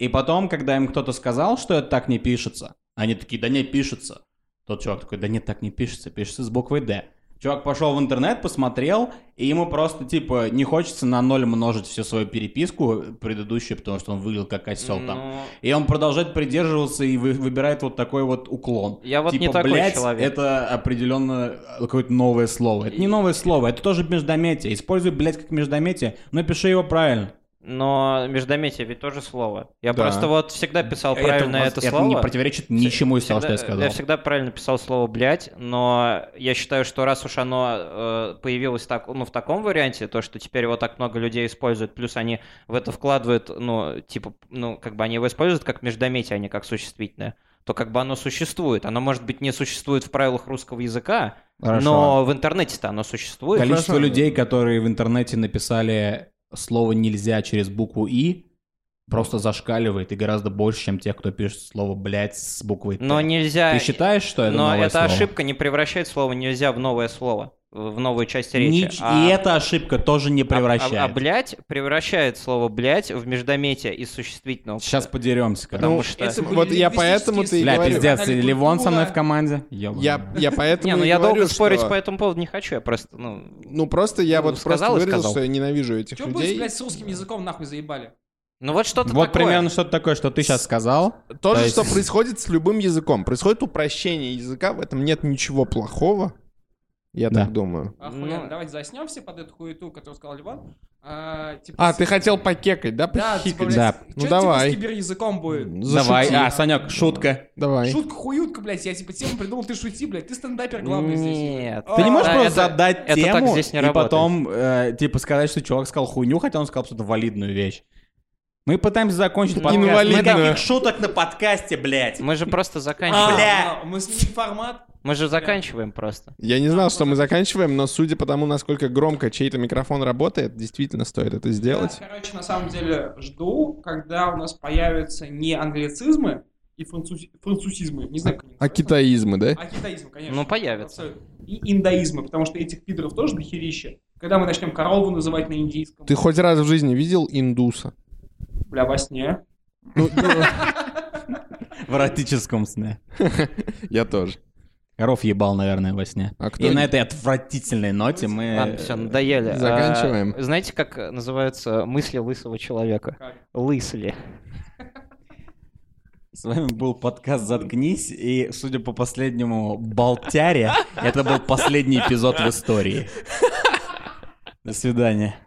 Speaker 2: И потом, когда им кто-то сказал, что это так не пишется, они такие, да не пишется. Тот чувак такой, да нет, так не пишется, пишется с буквой «Д». Чувак пошел в интернет, посмотрел, и ему просто, типа, не хочется на ноль множить всю свою переписку предыдущую, потому что он выглядел как осел там.
Speaker 4: Ну,
Speaker 2: И он продолжает придерживаться и вы- выбирает вот такой вот уклон.
Speaker 4: Я вот
Speaker 2: типа,
Speaker 4: не такой
Speaker 2: «блядь»
Speaker 4: человек.
Speaker 2: это определенно какое-то новое слово. Это не новое слово, это тоже междометие. Используй, блядь, как междометие, но пиши его правильно.
Speaker 4: Но междометие ведь тоже слово. Я
Speaker 1: Да.
Speaker 4: просто вот всегда писал А правильно
Speaker 2: воз-
Speaker 4: это, слово.
Speaker 2: не противоречит ничему из того, что
Speaker 4: Всегда- э,
Speaker 2: я сказал.
Speaker 4: Я всегда правильно писал слово «блядь», но я считаю, что раз уж оно э, появилось так, ну, в таком варианте, то, что теперь его так много людей используют, плюс они в это вкладывают, ну, типа, ну, как бы они его используют как междометие, а не как существительное, то как бы оно существует. Оно, может быть, не существует в правилах русского языка,
Speaker 2: Хорошо.
Speaker 4: но в интернете-то оно существует.
Speaker 2: Количество
Speaker 1: Хорошо.
Speaker 2: людей, которые в интернете написали слово «нельзя» через букву «и», просто зашкаливает и гораздо больше, чем тех, кто пишет слово «блядь» с буквой «т».
Speaker 4: Но нельзя...
Speaker 2: Ты считаешь, что это
Speaker 4: но
Speaker 2: новое
Speaker 4: эта
Speaker 2: слово?
Speaker 4: ошибка не превращает слово «нельзя» в новое слово, в новую часть речи.
Speaker 2: Нич-
Speaker 4: а-
Speaker 2: И эта ошибка тоже не превращает.
Speaker 4: А, а, а, блядь превращает слово блядь в междометие из существительного.
Speaker 2: Сейчас подеремся, короче.
Speaker 4: потому
Speaker 1: Ну,
Speaker 4: что-
Speaker 1: это были Вот я поэтому ты и
Speaker 2: Бля,
Speaker 1: говорю.
Speaker 2: пиздец, и Ливон со мной в команде.
Speaker 1: Я, я поэтому
Speaker 4: Не, ну
Speaker 1: и
Speaker 4: я
Speaker 1: говорю,
Speaker 4: долго спорить
Speaker 1: что-
Speaker 4: по этому поводу не хочу, я просто, ну...
Speaker 1: Ну просто я
Speaker 4: Ну,
Speaker 1: вот
Speaker 4: сказал и
Speaker 1: просто выразил,
Speaker 4: сказал.
Speaker 1: что я ненавижу этих
Speaker 3: Чё будет,
Speaker 1: людей.
Speaker 3: блядь, с русским языком нахуй заебали?
Speaker 4: Ну вот что-то
Speaker 2: Вот
Speaker 4: такое.
Speaker 2: примерно что-то такое, что ты сейчас сказал.
Speaker 1: То
Speaker 2: То
Speaker 1: же,
Speaker 2: есть-
Speaker 1: что происходит с любым языком. Происходит упрощение языка, в этом нет ничего плохого. Я
Speaker 2: Да.
Speaker 1: так думаю.
Speaker 3: Охуенно,
Speaker 4: Ну.
Speaker 3: давайте заснем все под эту хуету, которую сказал Ливан. А, типа,
Speaker 1: А,
Speaker 3: с-
Speaker 1: ты хотел покекать, да?
Speaker 3: Да, типа,
Speaker 1: похихикать?
Speaker 3: блядь,
Speaker 2: Да.
Speaker 3: чё
Speaker 1: Ну
Speaker 3: типа
Speaker 1: давай.
Speaker 3: с киберязыком будет?
Speaker 1: Зашути.
Speaker 2: Давай. А, Санек, шутка.
Speaker 1: Давай.
Speaker 3: Шутка хуютка, блядь, я типа тему придумал, ты шути, блядь, ты стендапер главный здесь.
Speaker 4: Нет.
Speaker 3: Ты
Speaker 2: Ты не можешь
Speaker 4: Да,
Speaker 2: просто
Speaker 4: это-
Speaker 2: задать
Speaker 4: это
Speaker 2: тему
Speaker 4: так здесь не
Speaker 2: и
Speaker 4: работает.
Speaker 2: потом, э, типа, сказать, что чувак сказал хуйню, хотя он сказал абсолютно валидную вещь. Мы пытаемся закончить подкаст.
Speaker 1: Инвалидную.
Speaker 2: Никаких шуток на подкасте, блядь.
Speaker 4: Мы же просто
Speaker 3: А,
Speaker 4: заканчиваем.
Speaker 2: Бля.
Speaker 3: а, Мы сменим формат.
Speaker 4: Мы же заканчиваем просто.
Speaker 1: Я не знал, что мы заканчиваем, но судя по тому, насколько громко чей-то микрофон работает, действительно стоит это сделать.
Speaker 3: Я, короче, на самом деле жду, когда у нас появятся не англицизмы и французи- французизмы, не знаю, как
Speaker 1: А
Speaker 3: они называются.
Speaker 1: китаизмы, да?
Speaker 3: А китаизмы, конечно.
Speaker 4: Ну, появится.
Speaker 3: Абсолютно. И индаизмы, потому что этих пидоров тоже дохерища. Когда мы начнем корову называть на индийском,
Speaker 1: Ты хоть раз в жизни видел индуса?
Speaker 3: бля, во сне.
Speaker 1: Ну,
Speaker 2: В эротическом сне.
Speaker 1: Я тоже.
Speaker 2: Коров ебал, наверное, во сне.
Speaker 1: А кто-
Speaker 2: И на этой отвратительной ноте мы...
Speaker 4: Ладно, все, надоели. А,
Speaker 1: заканчиваем.
Speaker 4: знаете, как называются мысли лысого человека?
Speaker 3: Как?
Speaker 4: Лысли.
Speaker 2: С вами был подкаст «Заткнись», и, судя по последнему болтяре, это был последний эпизод в истории. До свидания.